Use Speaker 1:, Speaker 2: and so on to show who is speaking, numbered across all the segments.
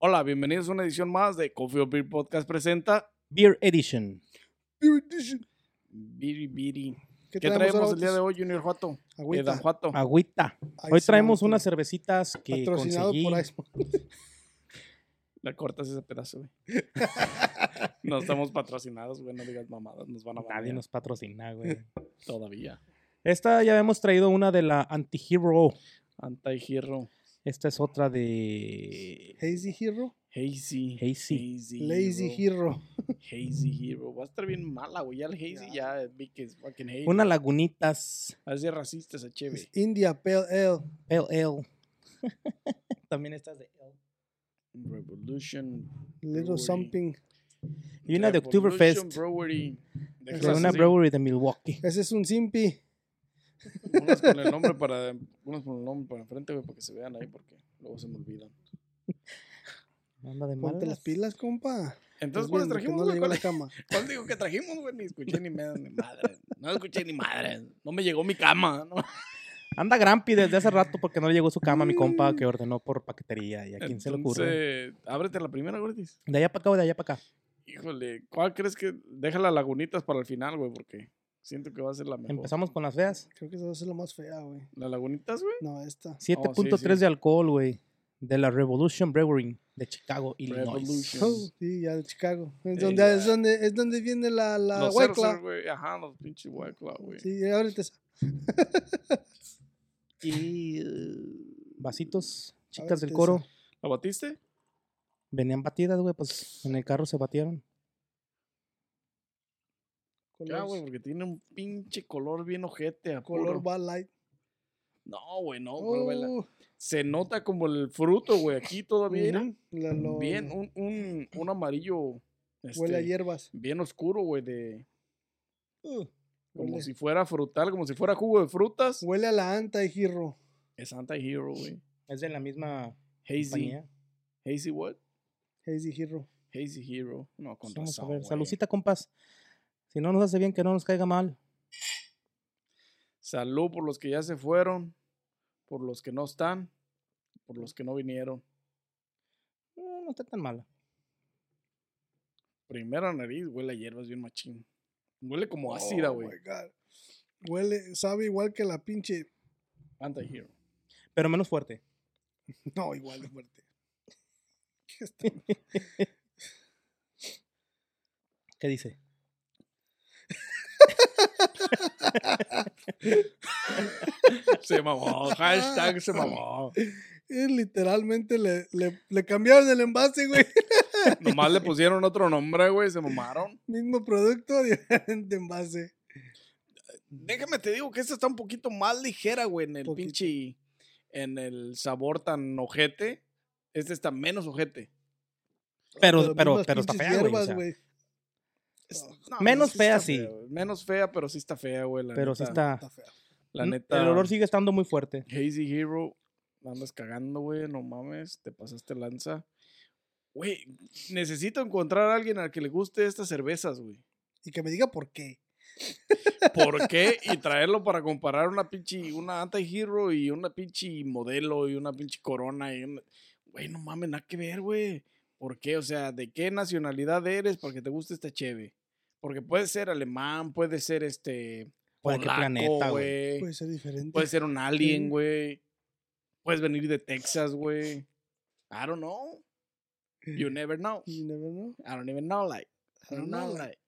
Speaker 1: Hola, bienvenidos a una edición más de Coffee or Beer Podcast presenta
Speaker 2: Beer Edition.
Speaker 3: Beer Edition.
Speaker 1: Biri Biri.
Speaker 3: ¿Qué,
Speaker 1: ¿Qué traemos el día de
Speaker 3: hoy?
Speaker 1: hoy, Junior Juato? Eh,
Speaker 3: Agüita. Ah.
Speaker 1: Don Juato.
Speaker 2: Agüita.
Speaker 3: Oh. Ahí
Speaker 2: Hoy
Speaker 3: sí,
Speaker 2: traemos
Speaker 3: agüita.
Speaker 2: unas cervecitas que
Speaker 3: Patrocinado
Speaker 2: conseguí.
Speaker 3: por Ice
Speaker 1: Le cortas ese pedazo, güey. no estamos patrocinados, güey. No digas mamadas, nos van a
Speaker 2: Nadie
Speaker 1: banear
Speaker 2: nos patrocina, güey.
Speaker 1: todavía.
Speaker 2: Esta ya hemos traído una de la Antihero.
Speaker 1: Anti-Hero.
Speaker 2: Esta es otra de...
Speaker 3: Hazy Hero.
Speaker 1: Hazy.
Speaker 2: Hazy.
Speaker 3: Lazy Hero.
Speaker 1: Hazy Hero. Va a estar bien mala, güey. Ya el Hazy ya,
Speaker 3: Ya.
Speaker 1: vi que es fucking Hazy.
Speaker 2: Una Lagunitas
Speaker 1: Así es racista esa chévere.
Speaker 3: Es India Pale Ale.
Speaker 2: LL. También estas de L.
Speaker 1: Revolution.
Speaker 3: Little
Speaker 1: Brewery.
Speaker 3: Something.
Speaker 2: Y una de
Speaker 1: Revolution
Speaker 2: Oktoberfest.
Speaker 1: Brewery.
Speaker 3: Es
Speaker 2: De una
Speaker 1: Texas, sí.
Speaker 2: brewery de Milwaukee.
Speaker 3: Ese es un Simpi.
Speaker 1: Unos con el nombre para, unos con el nombre para enfrente, güey, para que se vean ahí, porque luego se me olvidan.
Speaker 2: Anda de
Speaker 3: Ponte las
Speaker 2: malas.
Speaker 3: pilas, compa.
Speaker 1: Entonces,
Speaker 3: Estás
Speaker 1: ¿cuáles
Speaker 3: viendo que
Speaker 1: trajimos,
Speaker 3: no
Speaker 1: güey?
Speaker 3: le llegó
Speaker 1: ¿Cuál,
Speaker 3: la cama.
Speaker 1: cuál digo que trajimos, güey? Ni escuché ni, me, ni madre. No escuché ni madre. No me llegó mi cama. ¿no?
Speaker 2: Anda Grampi desde hace rato porque no le llegó su cama a mi compa
Speaker 3: Mm.
Speaker 2: que ordenó por paquetería. ¿Y a quién se le ocurre?
Speaker 1: Entonces, ábrete la primera, Gordis.
Speaker 2: De allá para acá o de allá para acá.
Speaker 1: Híjole, ¿cuál crees que...? Deja las lagunitas para el final, güey, porque siento que va a ser la mejor.
Speaker 2: Empezamos con las feas.
Speaker 3: Creo que esa va a ser la más fea, güey.
Speaker 1: ¿Las lagunitas, güey?
Speaker 3: No, esta.
Speaker 2: 7.3
Speaker 1: Oh, sí.
Speaker 2: de alcohol, güey. De la Revolution Brewery de Chicago, Illinois.
Speaker 1: Revolution.
Speaker 3: Oh, sí, ya de Chicago. Es,
Speaker 1: Sí,
Speaker 3: donde,
Speaker 1: ya.
Speaker 3: es, donde, es donde viene la, la
Speaker 1: los
Speaker 3: White
Speaker 1: White
Speaker 3: Claw.
Speaker 1: güey. Ajá, los pinches White Claw, güey.
Speaker 3: Sí, ahorita esa.
Speaker 2: Y eh, vasitos, chicas del
Speaker 3: Ábrete
Speaker 2: coro.
Speaker 3: esa.
Speaker 1: ¿La batiste?
Speaker 2: Venían batidas, güey, pues en el carro se batieron.
Speaker 1: Ya, güey,
Speaker 3: Color,
Speaker 1: porque tiene un pinche Pues color bien ojete. a
Speaker 3: color
Speaker 1: puro.
Speaker 3: Bud Light.
Speaker 1: No, güey, no, pero vela.
Speaker 3: Oh,
Speaker 1: Se nota como el fruto, güey. Aquí todavía era
Speaker 3: ujú, la- lo-
Speaker 1: Ah, bien, un, un, un amarillo.
Speaker 3: Huele a
Speaker 1: este,
Speaker 3: hierbas. Uh,
Speaker 1: Bien oscuro, güey, de. Como
Speaker 3: Huele.
Speaker 1: si fuera frutal, como si fuera jugo de frutas.
Speaker 3: Huele a la anta de Hero.
Speaker 1: Es anti-hero, güey.
Speaker 2: Es de la misma
Speaker 1: Hazy.
Speaker 2: compañía.
Speaker 1: Hazy what?
Speaker 3: Hazy Hero.
Speaker 1: Hazy hero. No, con
Speaker 2: Pues Vamos a
Speaker 1: razón,
Speaker 2: ver.
Speaker 1: güey.
Speaker 2: Salucita, compas. Si no nos hace bien, que no nos caiga mal.
Speaker 1: Salud por los que ya se fueron, por los que no están, por los que no vinieron.
Speaker 2: No, no está tan mala.
Speaker 1: Primera nariz, huele a hierbas bien machín. Huele como ácida,
Speaker 3: Oh
Speaker 1: güey.
Speaker 3: my God. Huele, sabe igual que la pinche.
Speaker 1: Anti-hero.
Speaker 2: Pero menos fuerte.
Speaker 3: No, igual de fuerte. ¿Qué está-
Speaker 2: ¿Qué dice?
Speaker 1: Se mamó. Hashtag se mamó.
Speaker 3: Eh, Literalmente le, le, le cambiaron el envase, güey.
Speaker 1: Nomás le pusieron otro nombre, güey, se mamaron.
Speaker 3: Mismo producto, diferente envase.
Speaker 1: Déjame te digo que esta está un poquito más ligera, güey, en el
Speaker 3: Poquito.
Speaker 1: pinche. En el sabor tan ojete. Este está menos ojete.
Speaker 2: Pero,
Speaker 3: las
Speaker 2: pero,
Speaker 3: mismas
Speaker 2: pero está
Speaker 3: pinches
Speaker 2: fea, güey. o
Speaker 3: hierbas,
Speaker 2: sea,
Speaker 3: güey.
Speaker 1: Es-
Speaker 3: Ah.
Speaker 1: no,
Speaker 2: Menos
Speaker 1: está
Speaker 2: fea,
Speaker 1: fea,
Speaker 2: sí.
Speaker 1: güey. Menos fea, pero sí está fea, güey. la
Speaker 2: Pero sí
Speaker 1: neta.
Speaker 2: está.
Speaker 3: Está fea.
Speaker 1: La
Speaker 2: Mm,
Speaker 1: neta.
Speaker 2: El olor sigue estando muy fuerte.
Speaker 1: Hazy Hero, andas cagando, güey, no mames, te pasaste lanza. Güey, necesito encontrar a alguien al que le guste estas cervezas, güey.
Speaker 3: Y que me diga por qué.
Speaker 1: ¿Por qué? Y traerlo para comparar una pinche, una anti-hero y una pinche modelo y una pinche corona y una... Güey, no mames, nada que ver, güey. ¿Por qué? O sea, ¿de qué nacionalidad eres para que te guste esta cheve? Porque puede ser alemán, puede ser este...
Speaker 2: ¿O de qué
Speaker 1: polaco,
Speaker 2: planeta, güey?
Speaker 1: güey.
Speaker 3: Puede ser diferente.
Speaker 1: Puede ser un alien,
Speaker 3: Pues, Sí.
Speaker 1: güey. Puedes venir de Texas, güey. I don't know. You never know.
Speaker 3: Mm. You never know.
Speaker 1: I don't even know, like. I don't know, like.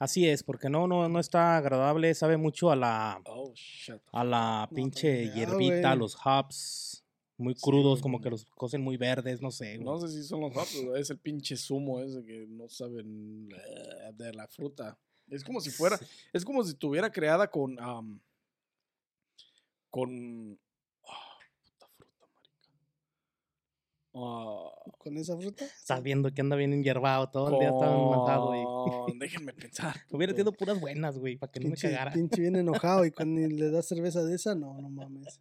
Speaker 2: Así es, porque no, no, no está agradable. Sabe mucho a la,
Speaker 1: Oh, shit.
Speaker 2: a la
Speaker 3: No,
Speaker 2: pinche
Speaker 3: también, ah,
Speaker 2: hierbita, a
Speaker 3: güey.
Speaker 2: los hops muy
Speaker 1: Sí,
Speaker 2: crudos,
Speaker 1: güey,
Speaker 2: como
Speaker 1: no.
Speaker 2: que los cocen muy verdes, no sé. güey.
Speaker 1: No sé si son los hops, o es el pinche zumo ese que no saben eh, de la fruta. Es como si fuera, es como si estuviera creada con, am, con, ah, puta fruta, marica. Oh,
Speaker 3: con esa fruta.
Speaker 2: Estás viendo que anda bien enyerbado, todo el día estaba enojado y
Speaker 1: con- Déjenme pensar.
Speaker 2: hubiera tenido puras buenas, güey, para que no me
Speaker 3: Pinche,
Speaker 2: cagara.
Speaker 3: pinche bien enojado y cuando le das cerveza de esa, no, no mames.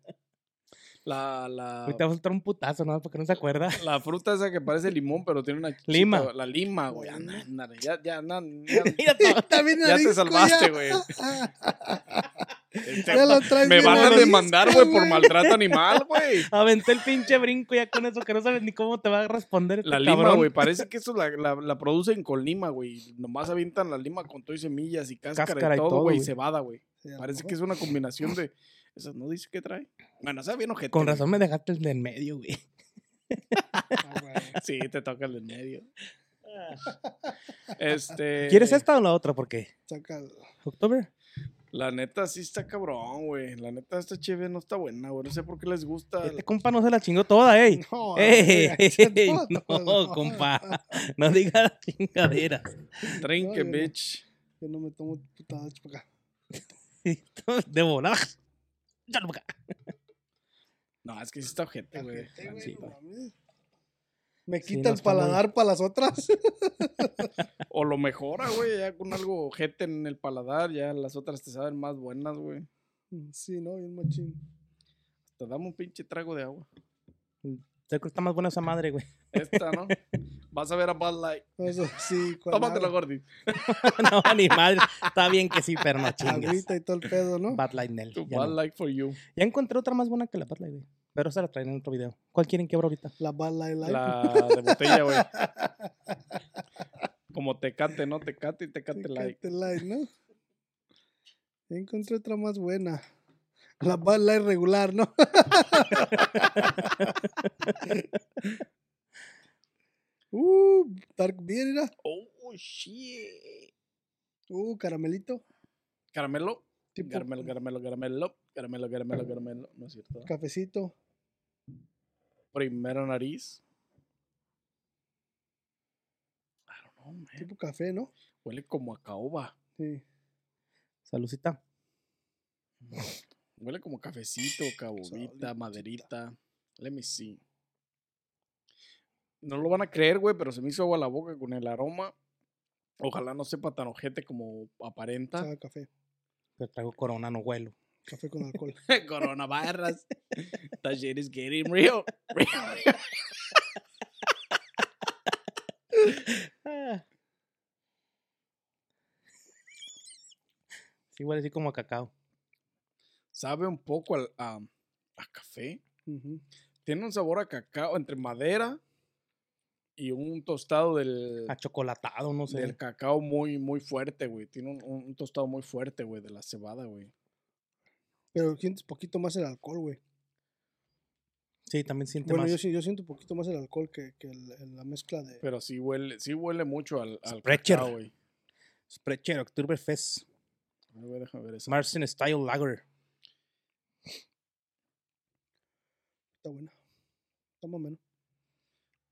Speaker 1: La, la,
Speaker 2: Ahorita va a soltar un putazo, ¿no? Porque no se acuerda.
Speaker 1: la fruta esa que parece limón, pero tiene una. chichita,
Speaker 2: Lima.
Speaker 1: güey. La lima, güey. Anda, anda, ya, ya, na- ya-
Speaker 2: Mira todo.
Speaker 3: Está bien
Speaker 1: Ya te
Speaker 3: arisco, Ah,
Speaker 1: salvaste, güey. Este,
Speaker 3: Ya lo traes
Speaker 1: me
Speaker 3: bien
Speaker 1: van a
Speaker 3: arisco,
Speaker 1: demandar, güey, por
Speaker 3: güey.
Speaker 1: maltrato animal, güey.
Speaker 2: Aventé el pinche brinco ya con eso, que no sabes ni cómo te va a responder este
Speaker 1: La lima,
Speaker 2: cabrón.
Speaker 1: güey. Parece que eso la, la, la producen con lima, güey. Nomás avientan la lima con todo y semillas y cáscara,
Speaker 2: Cáscara
Speaker 1: y
Speaker 2: y
Speaker 1: todo,
Speaker 2: todo,
Speaker 1: güey. Y
Speaker 2: güey.
Speaker 1: cebada, güey.
Speaker 3: Sí, a lo
Speaker 1: Parece
Speaker 3: mejor.
Speaker 1: que es una combinación de. Eso no dice qué trae. Bueno, sabe bien ojete.
Speaker 2: Con
Speaker 1: güey.
Speaker 2: razón me dejaste el del medio, güey.
Speaker 3: Ah, güey.
Speaker 1: Sí, te toca el del medio. Este.
Speaker 2: ¿Quieres esta o la otra? Porque
Speaker 3: Sácalo.
Speaker 2: October.
Speaker 1: La neta sí está cabrón, güey. La neta esta chévere no está buena, güey. No sé por qué les gusta.
Speaker 2: Este compa no se la chingó toda, ey.
Speaker 3: No,
Speaker 2: ¡Ey!
Speaker 3: güey,
Speaker 2: Eh, no,
Speaker 3: pues, no.
Speaker 2: compa. No digas chingaderas.
Speaker 1: Drink
Speaker 3: No, yo
Speaker 1: it,
Speaker 3: no.
Speaker 1: bitch.
Speaker 3: Yo no me tomo putadas para acá.
Speaker 2: De volada. Dale pa' acá.
Speaker 1: No, es que sí está ojete, güey.
Speaker 3: Gente,
Speaker 1: La
Speaker 3: güey,
Speaker 1: neta.
Speaker 3: no mames. Me
Speaker 2: Sí, no
Speaker 3: quita el
Speaker 2: está muy-
Speaker 3: paladar para las otras.
Speaker 1: O lo mejora, güey, ya con algo ojete en el paladar, ya las otras te saben más buenas, güey.
Speaker 3: Sí, no, bien machín.
Speaker 1: Te damos un pinche trago de agua.
Speaker 2: Creo que está más buena esa madre, güey.
Speaker 1: Esta, ¿no? Vas a ver a Bud Light.
Speaker 3: Eso, sí, con
Speaker 1: Tómatelo,
Speaker 3: agua,
Speaker 1: Gordy.
Speaker 2: No, ni madre. Está bien que sí, pero no chingues.
Speaker 3: agüita y todo el pedo, ¿no?
Speaker 2: Bad Light Nel.
Speaker 1: Tu
Speaker 2: Ya,
Speaker 1: Bud
Speaker 2: no.
Speaker 1: Light for you.
Speaker 2: Ya encontré otra más buena que la Bad Light, güey. Pero se la traen en otro video. ¿Cuál quieren que abra ahorita?
Speaker 3: La bala y la...
Speaker 1: La de botella, güey. Como tecate, ¿no? Tecate y tecate light.
Speaker 3: Tecate Light, ¿no? Ya encontré otra más buena. La bala es regular, ¿no? uh, Dark Beer, mira.
Speaker 1: Oh, shit.
Speaker 3: Uh, caramelito.
Speaker 1: Caramelo.
Speaker 3: Tipo
Speaker 1: Caramelo, caramelo, caramelo. Caramelo, caramelo, caramelo. No es cierto.
Speaker 3: cafecito.
Speaker 1: Primera nariz. I don't know, man.
Speaker 3: Tipo café, ¿no?
Speaker 1: Huele como a caoba.
Speaker 3: Sí.
Speaker 2: Salucita.
Speaker 1: Huele como cafecito, cabobita, maderita. Let me see. No lo van a creer, güey, pero se me hizo agua la boca con el aroma. Ojalá no sepa tan ojete como aparenta.
Speaker 3: Sabe a café.
Speaker 2: Pero traigo corona, no huelo.
Speaker 3: Café con alcohol.
Speaker 1: Coronavirus. That shit is getting real. Real.
Speaker 2: Ah. Sí, huele así como a cacao.
Speaker 1: Sabe un poco al, a, a café.
Speaker 3: Ujú.
Speaker 1: Tiene un sabor a cacao entre madera y un tostado del,
Speaker 2: A chocolatado, Ah, no sé.
Speaker 1: del cacao muy, muy fuerte, güey. Tiene un, un- un tostado muy fuerte, güey, de la cebada, güey.
Speaker 3: Pero sientes poquito más el alcohol, güey.
Speaker 2: Sí, también siente
Speaker 3: Bueno,
Speaker 2: más.
Speaker 3: yo, sí- yo siento un poquito más el alcohol que, que el- la mezcla de...
Speaker 1: Pero sí huele, sí huele mucho al, al
Speaker 2: Sprecher.
Speaker 1: cacao, güey.
Speaker 2: Sprecher, Oktoberfest,
Speaker 1: A ver, déjame ver eso.
Speaker 2: Marcin Style Lager.
Speaker 3: Está buena. Está más o menos.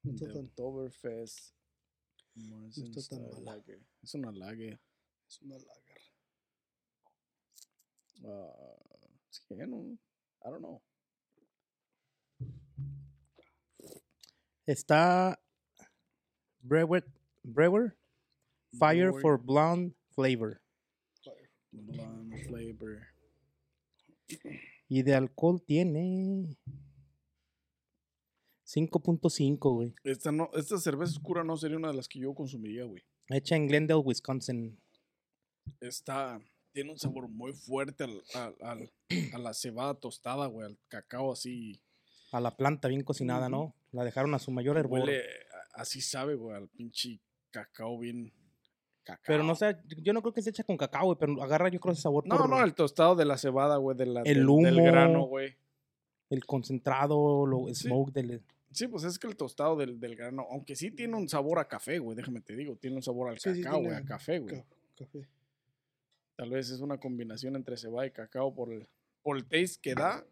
Speaker 3: No está
Speaker 1: The
Speaker 3: tan-
Speaker 1: Oktoberfest. Marzen
Speaker 3: está tan
Speaker 1: Style
Speaker 3: mala.
Speaker 1: Lager. Es una lager.
Speaker 3: Es una lager.
Speaker 1: Ah, sí, no. I don't know.
Speaker 2: Está Brewer, Brewer Fire
Speaker 1: Brewer.
Speaker 2: for Blonde Flavor.
Speaker 1: Blonde flavor.
Speaker 2: Y de alcohol tiene 5.5, güey.
Speaker 1: Esta, no, esta cerveza oscura no sería una de las que yo consumiría, güey.
Speaker 2: Hecha en Glendale, Wisconsin.
Speaker 1: Está, tiene un sabor muy fuerte al, al- al- a la cebada tostada, güey, al cacao así.
Speaker 2: A la planta bien cocinada, ¿no? La dejaron a su mayor hervor.
Speaker 1: Huele, a- así sabe, güey, al pinche cacao bien. Cacao.
Speaker 2: Pero no sé, yo no creo que sea hecha con cacao, güey, pero agarra yo creo ese sabor
Speaker 1: No,
Speaker 2: por
Speaker 1: no, el tostado de la cebada, güey, de la,
Speaker 2: El
Speaker 1: del, del grano,
Speaker 2: humo.
Speaker 1: güey.
Speaker 2: el concentrado, lo
Speaker 1: Sí.
Speaker 2: smoke del...
Speaker 1: Sí, pues es que el tostado del, del grano, aunque sí tiene un sabor a café, güey, déjame te digo, tiene un sabor al
Speaker 3: Sí, sí,
Speaker 1: cacao, güey,
Speaker 3: tiene
Speaker 1: a café, güey.
Speaker 3: Ca- Café.
Speaker 1: Tal vez es una combinación entre cebada y cacao por el, por el taste que da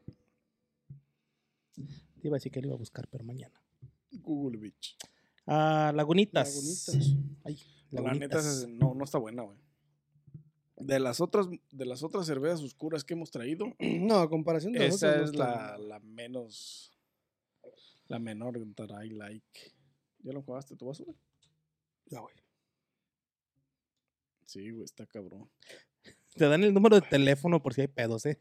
Speaker 2: Te iba a decir que lo iba a buscar, pero mañana.
Speaker 1: Google Beach.
Speaker 2: Ah, Lagunitas.
Speaker 3: Lagunitas.
Speaker 2: Ay,
Speaker 1: La neta
Speaker 2: Lagunitas.
Speaker 1: es- no, no está buena, güey. De las otras, de las otras cervezas oscuras que hemos traído,
Speaker 3: No, a comparación de
Speaker 1: esa
Speaker 3: nosotros.
Speaker 1: es
Speaker 3: no está
Speaker 1: la,
Speaker 3: buena.
Speaker 1: la menos. La menor that I like. ¿Ya lo jugaste tú, vas güey?
Speaker 3: Ya, güey.
Speaker 1: Sí, güey, está cabrón.
Speaker 2: Te dan el número de teléfono por si hay pedos, ¿eh?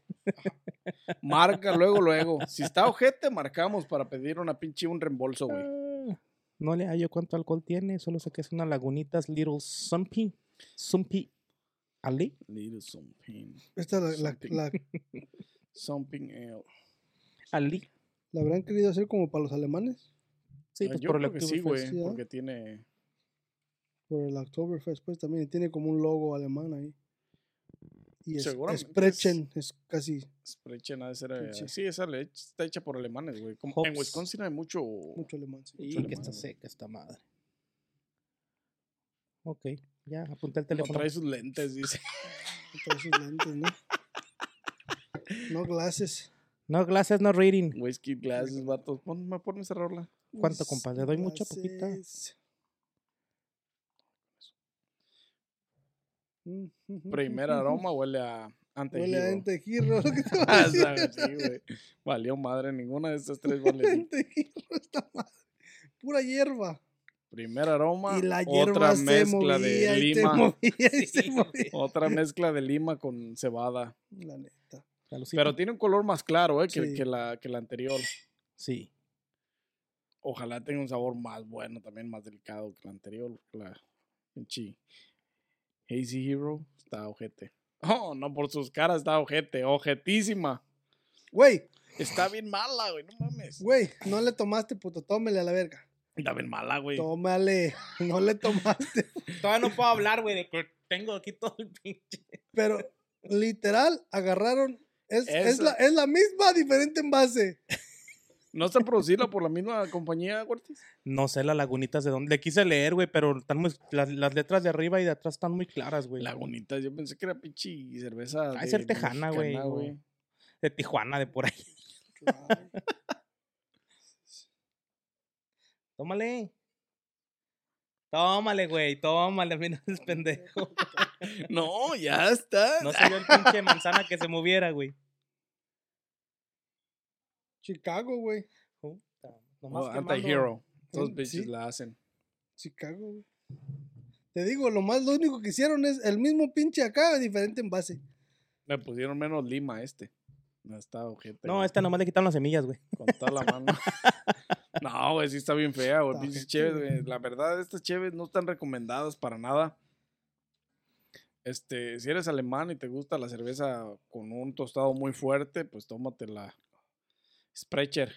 Speaker 1: Marca luego, luego. Si está ojete, marcamos para pedir una pinche un reembolso, güey.
Speaker 2: Ah, No le hallo cuánto alcohol tiene, solo sé que es una lagunitas Little Sumpy. Sumpy Ali.
Speaker 1: Little something.
Speaker 3: Esta la, la,
Speaker 1: Something.
Speaker 3: la,
Speaker 1: Something else.
Speaker 2: Ali.
Speaker 3: la habrán querido hacer como para los alemanes,
Speaker 2: Sí,
Speaker 1: Ah,
Speaker 2: pues
Speaker 1: Yo
Speaker 2: por el
Speaker 1: creo que sí,
Speaker 2: Oktoberfest.
Speaker 1: güey,
Speaker 3: sí, ¿ah?
Speaker 1: porque tiene...
Speaker 3: por el Oktoberfest, pues también y tiene como un logo alemán ahí. Y es,
Speaker 1: Seguramente es-
Speaker 3: Sprechen es casi
Speaker 1: Sprechen ha de ser, eh,
Speaker 3: Pinche.
Speaker 1: Sí, esa leche está hecha por alemanes, güey. Como en
Speaker 2: Hops.
Speaker 1: Wisconsin hay mucho.
Speaker 3: mucho alemán. sí.
Speaker 2: Y
Speaker 1: Chale,
Speaker 2: que está
Speaker 1: madre.
Speaker 2: seca esta madre. Ok, ya apunté el
Speaker 1: como
Speaker 2: teléfono.
Speaker 1: trae sus lentes, dice.
Speaker 3: Trae sus lentes, ¿no? No glasses.
Speaker 2: No, gracias, no reading.
Speaker 1: Whiskey glasses, vatos. Pon, me pones a rola.
Speaker 2: ¿Cuánto,
Speaker 3: Pues,
Speaker 2: compa? ¿Le doy mucha, poquita?
Speaker 3: Glasses. Mm, ujú,
Speaker 1: Primer
Speaker 3: ujú, ujú.
Speaker 1: aroma huele a antejiro.
Speaker 3: Huele a entejirro. lo que te voy a
Speaker 1: Ah,
Speaker 3: decir.
Speaker 1: ¿sabes? Sí, güey. Valió madre, ninguna de estas tres vale.
Speaker 3: Entejirro esta madre. Pura hierba.
Speaker 1: Primer aroma,
Speaker 3: Y la hierba
Speaker 1: otra
Speaker 3: se
Speaker 1: mezcla
Speaker 3: movía
Speaker 1: de
Speaker 3: y se
Speaker 1: lima.
Speaker 3: movía y se
Speaker 2: Sí,
Speaker 3: movía.
Speaker 1: Otra mezcla de lima con cebada.
Speaker 3: La neta.
Speaker 2: Alucina.
Speaker 1: Pero tiene un color más claro, eh, que,
Speaker 3: Sí.
Speaker 1: que la, que la anterior.
Speaker 2: Sí.
Speaker 1: Ojalá tenga un sabor más bueno, también más delicado que la anterior. porque La pinche Hazy Hero está ojete. Oh, no, por sus caras está ojete, ojetísima.
Speaker 3: Güey,
Speaker 1: Está bien mala, güey, no mames.
Speaker 3: güey, no le tomaste, puto. Tómele a la verga.
Speaker 1: Está bien mala, güey.
Speaker 3: Tómale. No le tomaste.
Speaker 2: Todavía no puedo hablar, güey, de que tengo aquí todo el pinche.
Speaker 3: Pero literal, agarraron. Es, es,
Speaker 1: Eso.
Speaker 3: la, es la misma, diferente envase.
Speaker 1: ¿No está producida por la misma compañía, Gortis?
Speaker 2: No sé las lagunitas de dónde. Le quise leer, güey, pero están muy, las, las letras de arriba y de atrás están muy claras, güey.
Speaker 1: Lagunitas, yo pensé que era pinche cerveza.
Speaker 2: Ha de
Speaker 1: de
Speaker 2: ser tejana, güey,
Speaker 1: mexicana,
Speaker 2: o- De Tijuana, de por ahí. Tómale. Tómale, güey. Tómale, mira es pendejo.
Speaker 1: No, ya está.
Speaker 2: No se vio el pinche manzana que se moviera, güey.
Speaker 3: Chicago, güey.
Speaker 2: Puta, nomás
Speaker 1: Oh,
Speaker 2: quemando-
Speaker 1: Antihero. Dos
Speaker 3: Sí.
Speaker 1: bitches la hacen.
Speaker 3: Chicago, güey. Te digo, lo más, lo único que hicieron es el mismo pinche acá, diferente envase.
Speaker 1: Me pusieron menos lima a este. No está ojete.
Speaker 2: No,
Speaker 1: güey.
Speaker 2: esta nomás le quitaron las semillas, güey.
Speaker 1: Con toda la mano. no, güey, sí está bien fea, güey.
Speaker 3: Está
Speaker 1: Pinches
Speaker 3: ojete,
Speaker 1: cheves,
Speaker 3: güey.
Speaker 1: güey. La verdad, estas cheves no están recomendadas para nada. Este, si eres alemán y te gusta la cerveza con un tostado muy fuerte, pues tómate la Sprecher.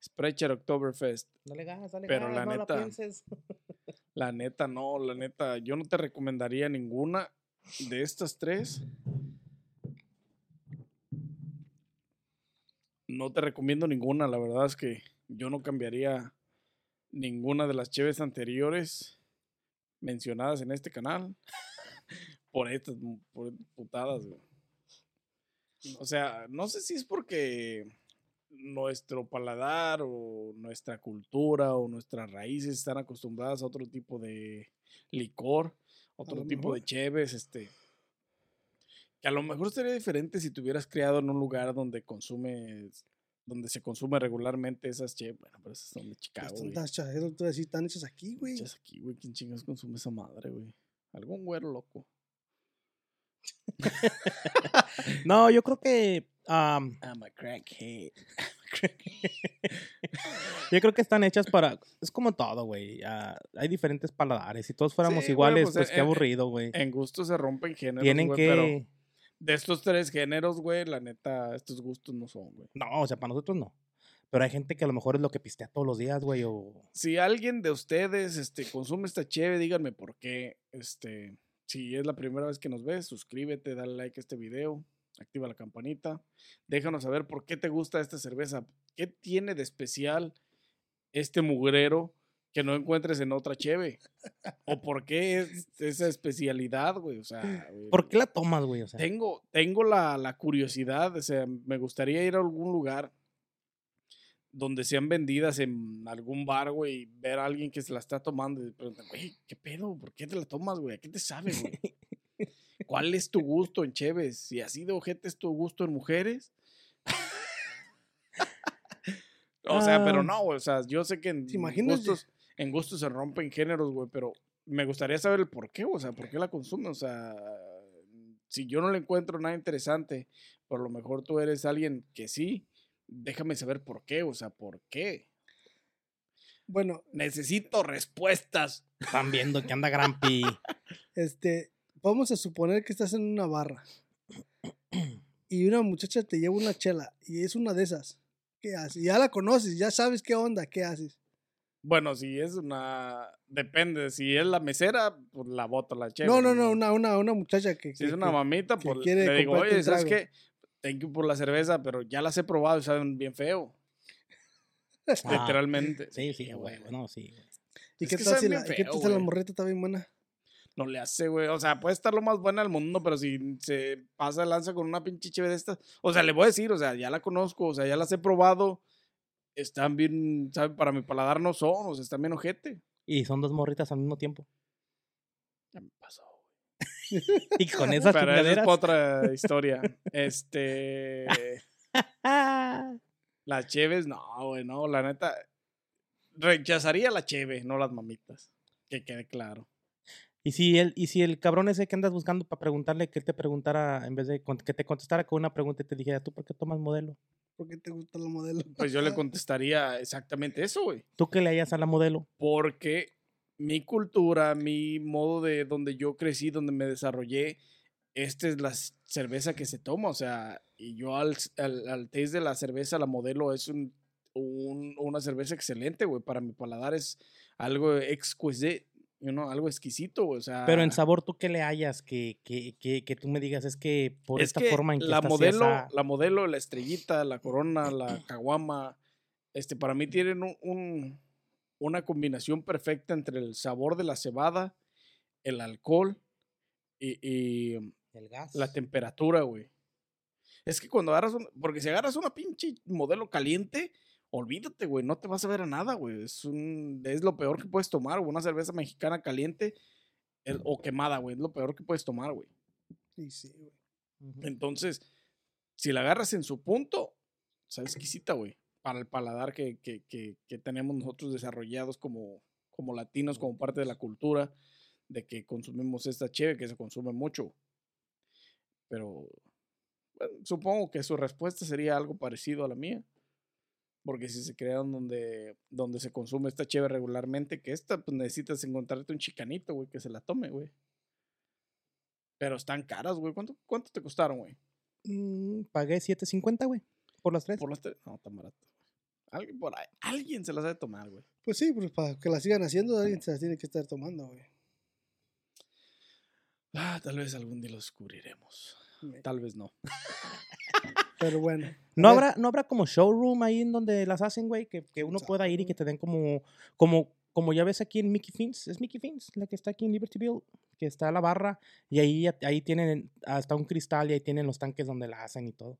Speaker 1: Sprecher Oktoberfest.
Speaker 2: Dale gas, dale
Speaker 1: Pero
Speaker 2: gas,
Speaker 1: la
Speaker 2: no la
Speaker 1: neta,
Speaker 2: pienses.
Speaker 1: La neta, no, la neta, yo no te recomendaría ninguna de estas tres. No te recomiendo ninguna, la verdad es que yo no cambiaría ninguna de las cheves anteriores mencionadas en este canal por estas mu- por estas putadas, güey. O sea, no sé si es porque nuestro paladar o nuestra cultura o nuestras raíces están acostumbradas a otro tipo de licor, otro
Speaker 3: lo
Speaker 1: tipo de
Speaker 3: mejor.
Speaker 1: cheves, este. Que a lo mejor sería diferente si te hubieras criado en un lugar donde consumes, donde se consume regularmente esas cheves. Bueno, pero esas son de Chicago.
Speaker 3: Están
Speaker 1: güey.
Speaker 3: hechas, es lo que te voy a decir, están hechas aquí, güey.
Speaker 1: Chas aquí, güey. ¿Quién chingas consume esa madre, güey? Algún güero loco.
Speaker 2: No, yo creo que. am,
Speaker 1: I'm a crackhead.
Speaker 2: yo creo que están hechas para. Es como todo, güey. ah, hay diferentes paladares. Si todos fuéramos
Speaker 1: Sí, güey,
Speaker 2: iguales,
Speaker 1: pues,
Speaker 2: pues,
Speaker 1: eh,
Speaker 2: qué
Speaker 1: eh,
Speaker 2: aburrido, güey.
Speaker 1: En gusto se rompen géneros,
Speaker 2: Tienen
Speaker 1: güey,
Speaker 2: que.
Speaker 1: pero de estos tres géneros, güey, la neta, estos gustos no son, güey.
Speaker 2: No, o sea, para nosotros no. Pero hay gente que a lo mejor es lo que pistea todos los días, güey. O...
Speaker 1: Si alguien de ustedes este, consume esta cheve, díganme por qué. Este, si es la primera vez que nos ves, suscríbete, dale like a este video, activa la campanita. Déjanos saber por qué te gusta esta cerveza. ¿Qué tiene de especial este mugrero que no encuentres en otra cheve? ¿O por qué es esa especialidad, güey? O sea, güey,
Speaker 2: ¿Por qué la tomas, güey? O sea,
Speaker 1: tengo, tengo la, la curiosidad, o sea, me gustaría ir a algún lugar donde sean vendidas en algún bar, güey, y ver a alguien que se la está tomando y preguntar, güey, ¿qué pedo? ¿Por qué te la tomas, güey? ¿A qué te sabe, güey? ¿Cuál es tu gusto en Cheves? Si así de ojete es tu gusto en mujeres. O sea,
Speaker 2: Ah.
Speaker 1: pero no, güey. O sea, yo sé que en
Speaker 3: Sí, imagínate.
Speaker 1: gustos, en gustos se rompen géneros, güey, pero me gustaría saber el por qué, o sea, por qué la consume. O sea, si yo no le encuentro nada interesante, por lo mejor tú eres alguien que sí, déjame saber por qué, o sea, por qué.
Speaker 3: Bueno,
Speaker 1: Necesito respuestas.
Speaker 2: Están viendo que anda Grampi.
Speaker 3: este, vamos a suponer que estás en una barra y una muchacha te lleva una chela y es una de esas. ¿Qué haces? Ya la conoces, ya sabes qué onda, ¿qué haces?
Speaker 1: Bueno, si es una. Depende, si es la mesera, pues la boto la chela.
Speaker 3: No, no,
Speaker 1: y-
Speaker 3: no, una, una, una muchacha que...
Speaker 1: Si
Speaker 3: que-
Speaker 1: es una
Speaker 3: que-
Speaker 1: mamita,
Speaker 3: que
Speaker 1: pues
Speaker 3: quiere
Speaker 1: le digo,
Speaker 3: comprarte
Speaker 1: oye,
Speaker 3: un
Speaker 1: ¿sabes
Speaker 3: trago".
Speaker 1: qué? Thank you por la cerveza, pero ya las he probado y saben bien feo.
Speaker 3: Ah,
Speaker 1: Literalmente.
Speaker 2: Sí, sí, güey. No, sí. güey.
Speaker 3: ¿Y
Speaker 1: Es
Speaker 3: qué
Speaker 1: que
Speaker 3: tal
Speaker 1: saben
Speaker 3: si la,
Speaker 1: bien
Speaker 3: qué
Speaker 1: feo,
Speaker 3: tal si la
Speaker 1: güey.
Speaker 3: morreta está bien buena?
Speaker 1: No le hace, güey. O sea, puede estar lo más buena del mundo, pero si se pasa de lanza con una pinche chévere de estas. O sea, le voy a decir, o sea, ya la conozco, o sea, ya las he probado. Están bien, ¿saben? Para mi paladar no son, o sea, están bien ojete.
Speaker 2: Y son dos morritas al mismo tiempo.
Speaker 1: Ya me pasó.
Speaker 2: Y con esas
Speaker 1: Pero esa es
Speaker 2: chingaderas.
Speaker 1: pa' otra historia. Este.
Speaker 2: Ah,
Speaker 1: Las cheves, no, güey, no, la neta. Rechazaría la cheve, no las mamitas. Que quede claro.
Speaker 2: Y si, el, y si el cabrón ese que andas buscando para preguntarle que él te preguntara, en vez de con- que te contestara con una pregunta y te dijera, ¿tú por qué tomas modelo?
Speaker 3: ¿Por qué te gusta la modelo?
Speaker 1: Pues yo le contestaría exactamente eso, güey.
Speaker 2: ¿Tú qué le hallas a la modelo?
Speaker 1: Porque mi cultura, mi modo de donde yo crecí, donde me desarrollé, esta es la c- cerveza que se toma. O sea, y yo al, s- al, al taste de la cerveza, la modelo es un, un- una cerveza excelente, güey. Para mi paladar es algo exquisito, algo exquisito, güey. O sea,
Speaker 2: Pero en sabor, ¿tú qué le hallas que, que, que, que tú me digas? Es que por
Speaker 1: Es
Speaker 2: esta
Speaker 1: que
Speaker 2: forma en que
Speaker 1: la
Speaker 2: está así,
Speaker 1: modelo,
Speaker 2: asá".
Speaker 1: la modelo, la estrellita, la corona, la caguama, este, para mí tienen un, un- una combinación perfecta entre el sabor de la cebada, el alcohol y, y um,
Speaker 2: El gas.
Speaker 1: la temperatura, güey. Es que cuando agarras un- porque si agarras una pinche modelo caliente, olvídate, güey, no te vas a ver a nada, güey. Es un, es lo peor que puedes tomar, güey, una cerveza mexicana caliente el- o quemada, güey, es lo peor que puedes tomar, güey.
Speaker 3: Sí, sí, güey.
Speaker 2: Ujú.
Speaker 1: Entonces, si la agarras en su punto, sabe exquisita, güey. Para el paladar que, que- que- que tenemos nosotros desarrollados como, como latinos, como parte de la cultura, de que consumimos esta cheve que se consume mucho. Pero bueno, supongo que su respuesta sería algo parecido a la mía. Porque si se crearon donde, donde se consume esta cheve regularmente, que esta, pues necesitas encontrarte un chicanito, güey, que se la tome, güey. Pero están caras, güey. ¿Cuánto, cuánto te costaron, güey?
Speaker 2: Mm, Pagué 7.50, güey, por las tres.
Speaker 1: Por las tres- No, tan barato. Alguien por ahí. Alguien se las ha de tomar, güey.
Speaker 3: Pues sí, pues para que la sigan haciendo, alguien se las tiene que estar tomando, güey.
Speaker 1: Ah, tal vez algún día lo descubriremos. Tal vez no.
Speaker 3: Pero bueno.
Speaker 2: ¿No
Speaker 3: A ver.
Speaker 2: habrá, ¿No habrá como showroom ahí en donde las hacen, güey? Que, que uno pueda ir y que te den como, como, como ya ves aquí en Mickey Fins. ¿Es Mickey Fins la que está aquí en Libertyville? Que está la barra y ahí, ahí tienen hasta un cristal y ahí tienen los tanques donde la hacen y todo.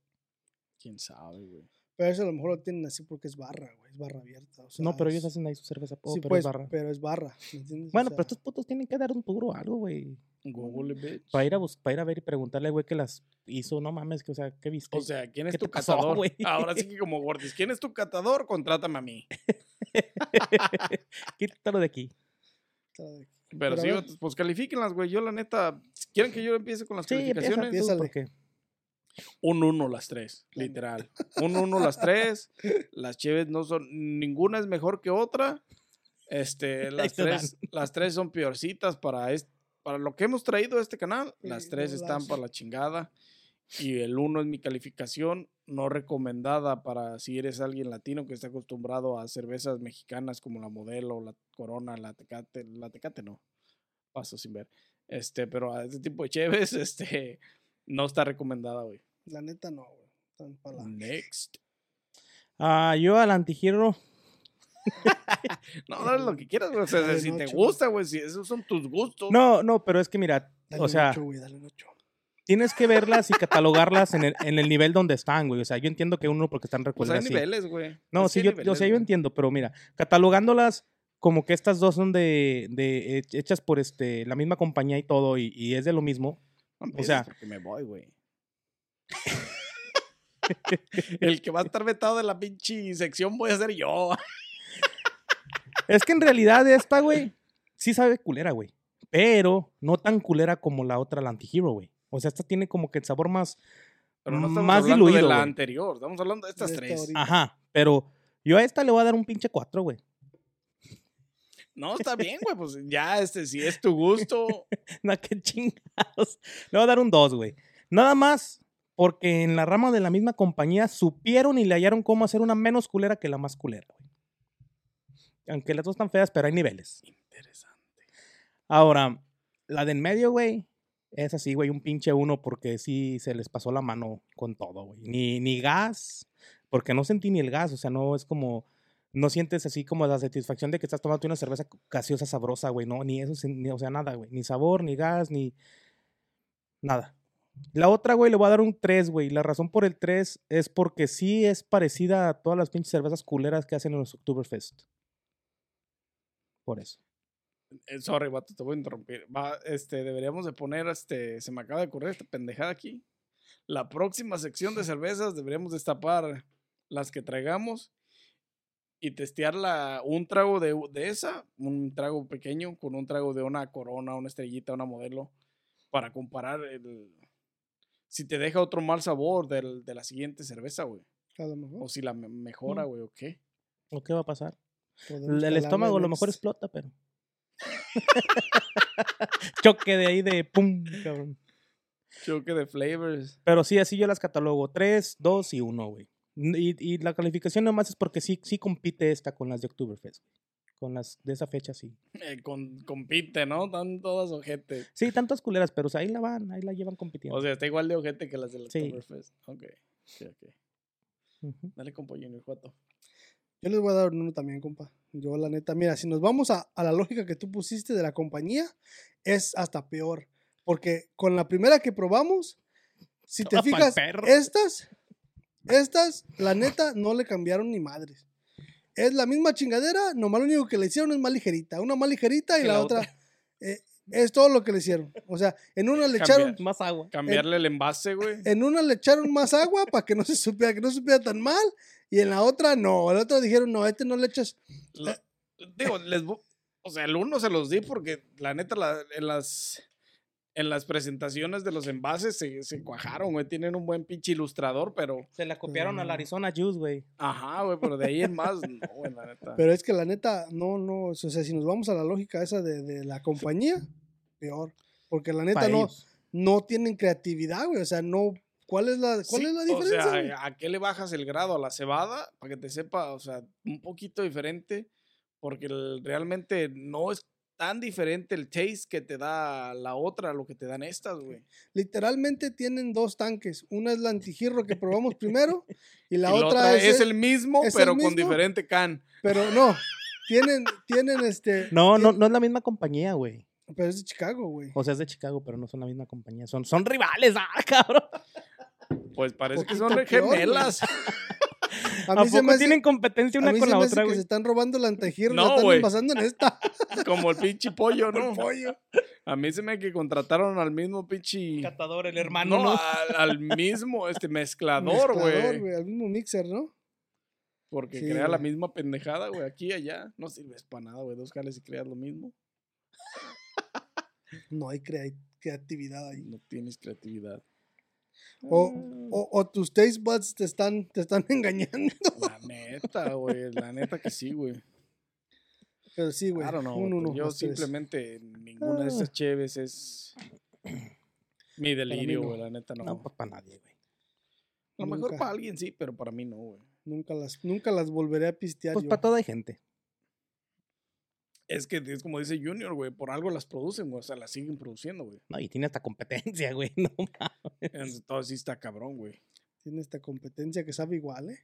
Speaker 1: Quién sabe, güey.
Speaker 3: Pero eso a lo mejor lo tienen así porque es barra, güey. Es barra abierta. o
Speaker 2: no,
Speaker 3: sea,
Speaker 2: pero
Speaker 3: es-
Speaker 2: ellos hacen ahí su cerveza, oh,
Speaker 3: sí,
Speaker 2: pero
Speaker 3: pues,
Speaker 2: es barra.
Speaker 3: pero es barra. ¿me entiendes? O
Speaker 2: bueno, pero
Speaker 3: sea,
Speaker 2: estos putos tienen que dar un duro o algo, güey.
Speaker 1: Google, bitch.
Speaker 2: Para ir, a bus- para ir a ver y preguntarle, güey, que las hizo. No mames, que, o sea, ¿qué viste?
Speaker 1: O sea, ¿quién es
Speaker 2: ¿Qué te
Speaker 1: tu
Speaker 2: pasó,
Speaker 1: catador?
Speaker 2: güey?
Speaker 1: Ahora sí que como Gordis, ¿quién es tu catador? Contrátame a mí.
Speaker 2: Quítalo de aquí.
Speaker 3: está de-
Speaker 1: Pero
Speaker 3: Pero a
Speaker 1: sí,
Speaker 3: ver.
Speaker 1: güey, pues califíquenlas, güey. Yo, la neta, ¿quieren que yo empiece con las
Speaker 2: Sí, empieza
Speaker 1: calificaciones?
Speaker 2: tú,
Speaker 3: Empiézale.
Speaker 2: porque
Speaker 1: Un uno las tres, literal. Un uno las tres. Las cheves no son, ninguna es mejor que otra. Este, las
Speaker 2: te dan.
Speaker 1: tres, las tres son peorcitas para es- para lo que hemos traído a este canal. Las
Speaker 3: Sí,
Speaker 1: tres
Speaker 3: no
Speaker 1: están
Speaker 3: las-
Speaker 1: para la chingada. Y el uno es mi calificación no recomendada para si eres alguien latino que está acostumbrado a cervezas mexicanas como la Modelo, la Corona, la Tecate, la Tecate no, paso sin ver. Este, pero a este tipo de cheves, este, no está recomendada, güey.
Speaker 3: La neta no, güey. Están para
Speaker 2: Mm,
Speaker 3: la...
Speaker 1: Next.
Speaker 2: Ah, yo al antihero
Speaker 1: No, dale lo que quieras, güey. O sea,
Speaker 3: Dale
Speaker 1: si te
Speaker 3: eh, noche, güey.
Speaker 1: gusta, güey, si esos son tus gustos.
Speaker 2: No, no, pero es que mira,
Speaker 3: Dale
Speaker 2: o
Speaker 3: un
Speaker 2: sea,
Speaker 3: ocho, güey, dale un ocho.
Speaker 2: tienes que verlas y catalogarlas en el, en el nivel donde están, güey. O sea, yo entiendo que uno porque están
Speaker 1: pues
Speaker 2: recuerdas
Speaker 1: hay
Speaker 2: así.
Speaker 1: niveles, güey.
Speaker 2: No,
Speaker 1: Es que
Speaker 2: sí,
Speaker 1: hay
Speaker 2: yo, o
Speaker 1: niveles,
Speaker 2: sea, yo
Speaker 1: güey.
Speaker 2: entiendo, pero mira, catalogándolas como que estas dos son de, de hech- hechas por este la misma compañía y todo y, y es de lo mismo.
Speaker 1: No
Speaker 2: o sea-
Speaker 1: empieces porque me voy, güey. El que va a estar vetado de la pinche sección voy a ser yo.
Speaker 2: Es que en realidad esta, güey, sí sabe culera, güey. Pero no tan culera como la otra, la anti-hero, güey. O sea, esta tiene como que el sabor más.
Speaker 1: Pero no estamos
Speaker 2: Más
Speaker 1: hablando
Speaker 2: diluido,
Speaker 1: de la
Speaker 2: güey.
Speaker 1: anterior. Estamos hablando de estas
Speaker 3: De esta
Speaker 1: tres.
Speaker 3: ahorita.
Speaker 2: Ajá. Pero yo a esta le voy a dar un pinche 4, güey.
Speaker 1: No, está bien, güey. Pues ya, este, si es tu gusto.
Speaker 2: No, qué chingados. Le voy a dar un 2, güey. Nada más porque en la rama de la misma compañía supieron y le hallaron cómo hacer una menos culera que la más culera, güey. Aunque las dos están feas, pero hay niveles.
Speaker 1: Interesante.
Speaker 2: Ahora, la de en medio, güey, es así, güey, un pinche uno porque sí se les pasó la mano con todo, güey. Ni, ni gas, porque no sentí ni el gas, o sea, no es como, no sientes así como la satisfacción de que estás tomando una cerveza gaseosa sabrosa, güey, no, ni eso, sen- ni- o sea, nada, güey, ni sabor, ni gas, ni nada. La otra, güey, le voy a dar un 3, güey. La razón por el 3 es porque sí es parecida a todas las pinches cervezas culeras que hacen en los Oktoberfest. Por eso.
Speaker 1: Eh, Sorry, vato, te voy a interrumpir. Va, este, deberíamos de poner, este, se me acaba de ocurrir esta pendejada aquí. La próxima sección de cervezas deberíamos destapar las que traigamos y testearla un trago de, de esa, un trago pequeño con un trago de una corona, una estrellita, una modelo, para comparar el, si te deja otro mal sabor del- de la siguiente cerveza, güey.
Speaker 3: A lo mejor.
Speaker 1: O si la me- mejora, güey, o qué.
Speaker 2: ¿O qué va a pasar?
Speaker 3: podemos
Speaker 2: El, el
Speaker 3: calarle
Speaker 2: estómago a lo mejor
Speaker 3: next.
Speaker 2: explota, pero. Choque de ahí de pum, cabrón.
Speaker 1: Choque de flavors.
Speaker 2: Pero sí, así yo las catalogo: 3, 2 y 1, güey. N- Y, y la calificación nomás es porque sí, sí compite esta con las de Oktoberfest. güey. Con las de esa fecha, sí.
Speaker 1: Eh, con, compite, ¿no? Están todas ojetes.
Speaker 2: Sí, tantas culeras, pero o sea, ahí la van, ahí la llevan compitiendo.
Speaker 1: O sea, está igual de ojete que las del
Speaker 2: Sí.
Speaker 1: Oktoberfest. Ok, ok, ok.
Speaker 2: Ujú.
Speaker 1: Dale, compa Junior Juato.
Speaker 3: Yo les voy a dar uno también, compa. Yo, la neta, mira, si nos vamos a, a la lógica que tú pusiste de la compañía, es hasta peor. Porque con la primera que probamos, si te
Speaker 2: Estaba pa'l
Speaker 3: fijas,
Speaker 2: perro.
Speaker 3: estas, estas, la neta, no le cambiaron ni madres. Es la misma chingadera, nomás lo único que le hicieron es más ligerita. Una más ligerita y
Speaker 1: Que
Speaker 3: la,
Speaker 1: la
Speaker 3: otra,
Speaker 1: otra.
Speaker 3: eh, es todo lo que le hicieron. O sea, en una le echaron,
Speaker 1: Cambiar.
Speaker 2: Más agua.
Speaker 1: Cambiarle el envase, güey.
Speaker 3: en una le echaron más agua para que no se supiera, que no supiera tan mal, y en la otra no. En la otra dijeron, no, a este no le echas
Speaker 1: Lo- Digo, les bu- o sea, el uno se los di porque la neta la- en las en las presentaciones de los envases se, se cuajaron, güey. Tienen un buen pinche ilustrador, pero
Speaker 2: Se la copiaron
Speaker 3: Mm.
Speaker 2: al Arizona Juice, güey.
Speaker 1: ajá, güey, pero de ahí en más no, güey, la neta.
Speaker 3: Pero es que la neta, no, no, o sea, si nos vamos a la lógica esa de, de la compañía, peor. Porque la neta
Speaker 2: Para
Speaker 3: no,
Speaker 2: ellos.
Speaker 3: no tienen creatividad, güey. O sea, no, ¿cuál es la, cuál
Speaker 1: Sí,
Speaker 3: es la
Speaker 1: o
Speaker 3: diferencia? güey?
Speaker 1: sea, ¿a qué le bajas el grado? ¿A la cebada? Para que te sepa, o sea, un poquito diferente, porque el- realmente no es tan diferente el taste que te da la otra a lo que te dan estas, güey.
Speaker 3: Literalmente tienen dos tanques. Una es la antijirro que probamos primero y
Speaker 1: Y
Speaker 3: la otra, es, el...
Speaker 1: el mismo,
Speaker 3: es el
Speaker 1: pero con
Speaker 3: mismo.
Speaker 1: diferente can.
Speaker 3: Pero no, tienen, tienen este...
Speaker 2: No, no,
Speaker 3: tien-
Speaker 2: no es la misma compañía, güey.
Speaker 3: Pero es de Chicago, güey.
Speaker 2: O sea, es de Chicago, pero no son la misma compañía. Son, son rivales, ah, cabrón.
Speaker 1: Pues parece que
Speaker 3: Poquito
Speaker 1: son
Speaker 3: peor, güey.
Speaker 1: gemelas.
Speaker 3: A
Speaker 2: ¿A,
Speaker 3: mí se
Speaker 2: poco
Speaker 3: me hace,
Speaker 2: tienen competencia
Speaker 3: a
Speaker 2: una
Speaker 3: mí
Speaker 2: con
Speaker 3: se
Speaker 2: la
Speaker 3: me hace
Speaker 2: otra,
Speaker 3: que
Speaker 2: güey?
Speaker 3: se están robando la antijirro,
Speaker 1: No,
Speaker 3: la están
Speaker 1: güey.
Speaker 3: envasando en esta.
Speaker 1: como el pinche pollo, ¿no? A mí se me hace que contrataron al mismo pinche...
Speaker 2: Catador, el hermano, ah,
Speaker 1: no,
Speaker 2: ¿no?
Speaker 1: Al, al mismo este mezclador,
Speaker 3: Mezclador,
Speaker 1: güey.
Speaker 3: güey, Al mismo mixer, ¿no?
Speaker 1: Porque
Speaker 3: Sí,
Speaker 1: crea la
Speaker 3: güey.
Speaker 1: misma pendejada, güey. Aquí y allá. No sirves para nada, güey. Dos jales y creas lo mismo.
Speaker 3: No hay crea- creatividad ahí.
Speaker 1: No tienes creatividad.
Speaker 3: O,
Speaker 2: Mm.
Speaker 3: o, o tus taste buds te están, te están engañando.
Speaker 1: La neta, güey. La neta que sí, güey.
Speaker 3: Pero sí, güey.
Speaker 1: Claro, no.
Speaker 3: un uno,
Speaker 1: yo
Speaker 3: las tres. Ah.
Speaker 1: simplemente ninguna de estas cheves es mi delirio,
Speaker 3: no.
Speaker 1: güey. La neta, no.
Speaker 2: No, pues para nadie, güey.
Speaker 1: A lo mejor
Speaker 3: nunca.
Speaker 1: para alguien sí, pero para mí no, güey.
Speaker 3: Nunca las, nunca las volveré a pistear.
Speaker 2: Pues
Speaker 3: yo.
Speaker 2: para toda hay gente.
Speaker 1: Es que es como dice Junior, güey. Por algo las producen, güey. O sea, las siguen produciendo, güey.
Speaker 2: No, y tiene hasta competencia, güey. No mames.
Speaker 1: Entonces sí está cabrón, güey.
Speaker 3: Tiene esta competencia que sabe igual, ¿eh?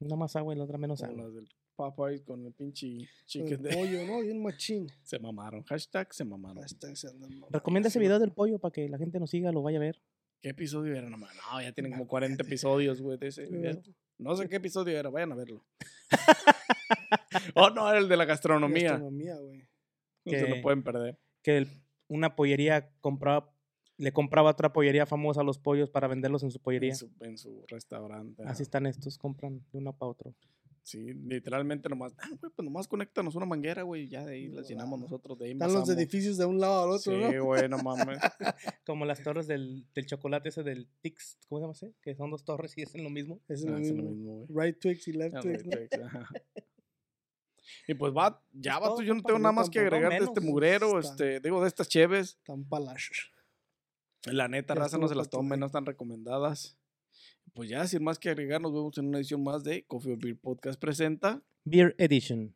Speaker 2: Una más agua y la otra menos
Speaker 1: Como
Speaker 2: agua.
Speaker 1: las del Popeye con el pinche
Speaker 3: Con El
Speaker 1: chicken. de-
Speaker 3: pollo, ¿no? Bien machín. Ah,
Speaker 1: Se mamaron. Hashtag se mamaron.
Speaker 3: Hasta se andan mamando.
Speaker 2: Recomienda ese video del pollo para que la gente nos siga, lo vaya a ver.
Speaker 1: ¿Qué episodio era? No, ma- no, ya tienen como 40 episodios, güey, de ese video. No sé qué episodio era, vayan a verlo. oh, no, era el de la gastronomía.
Speaker 3: Gastronomía, güey.
Speaker 1: No se
Speaker 2: Que-
Speaker 1: lo pueden perder.
Speaker 2: Que el- una pollería compraba Le compraba otra pollería famosa los pollos para venderlos en su pollería.
Speaker 1: en su, en su restaurante. ajá.
Speaker 2: Así están estos, compran de uno para otro.
Speaker 1: Sí, literalmente nomás, ah, güey, pues nomás conéctanos una manguera, güey, y ya de ahí las llenamos
Speaker 3: Wow.
Speaker 1: nosotros, de ahí
Speaker 3: Están los
Speaker 1: envasamos.
Speaker 3: edificios de un lado al otro, ¿no?
Speaker 1: Sí, güey, no mames.
Speaker 2: Como las torres del, del chocolate ese del Tix, ¿cómo se llama ese? Que son dos torres y es lo mismo.
Speaker 3: Es
Speaker 1: Ah,
Speaker 3: lo
Speaker 1: es lo
Speaker 3: mismo.
Speaker 1: mismo, güey.
Speaker 3: Right Twix y Left
Speaker 1: Ah,
Speaker 3: Twix. ¿no?
Speaker 1: perfecto, ajá. Y pues va, ya
Speaker 2: Pues
Speaker 1: vato,
Speaker 2: todo,
Speaker 1: yo no
Speaker 2: compa,
Speaker 1: tengo
Speaker 2: no
Speaker 1: nada más que
Speaker 2: tampoco
Speaker 1: agregar de
Speaker 2: menos,
Speaker 1: este
Speaker 2: pues,
Speaker 1: mugrero,
Speaker 3: está.
Speaker 1: este, digo, de estas cheves.
Speaker 3: Tan palash.
Speaker 1: La neta,
Speaker 3: Ya
Speaker 1: raza, no se
Speaker 3: estuvo
Speaker 1: las
Speaker 3: pa' tu
Speaker 1: tomen,
Speaker 3: rey.
Speaker 1: no están recomendadas. Pues ya, sin más que agregar, nos vemos en una edición más de Coffee or Beer Podcast presenta.
Speaker 2: Beer Edition.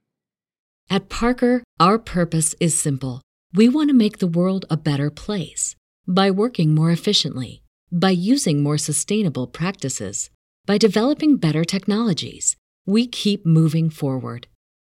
Speaker 4: At Parker, our purpose is simple. We want to make the world a better place by working more efficiently, by using more sustainable practices, by developing better technologies. We keep moving forward.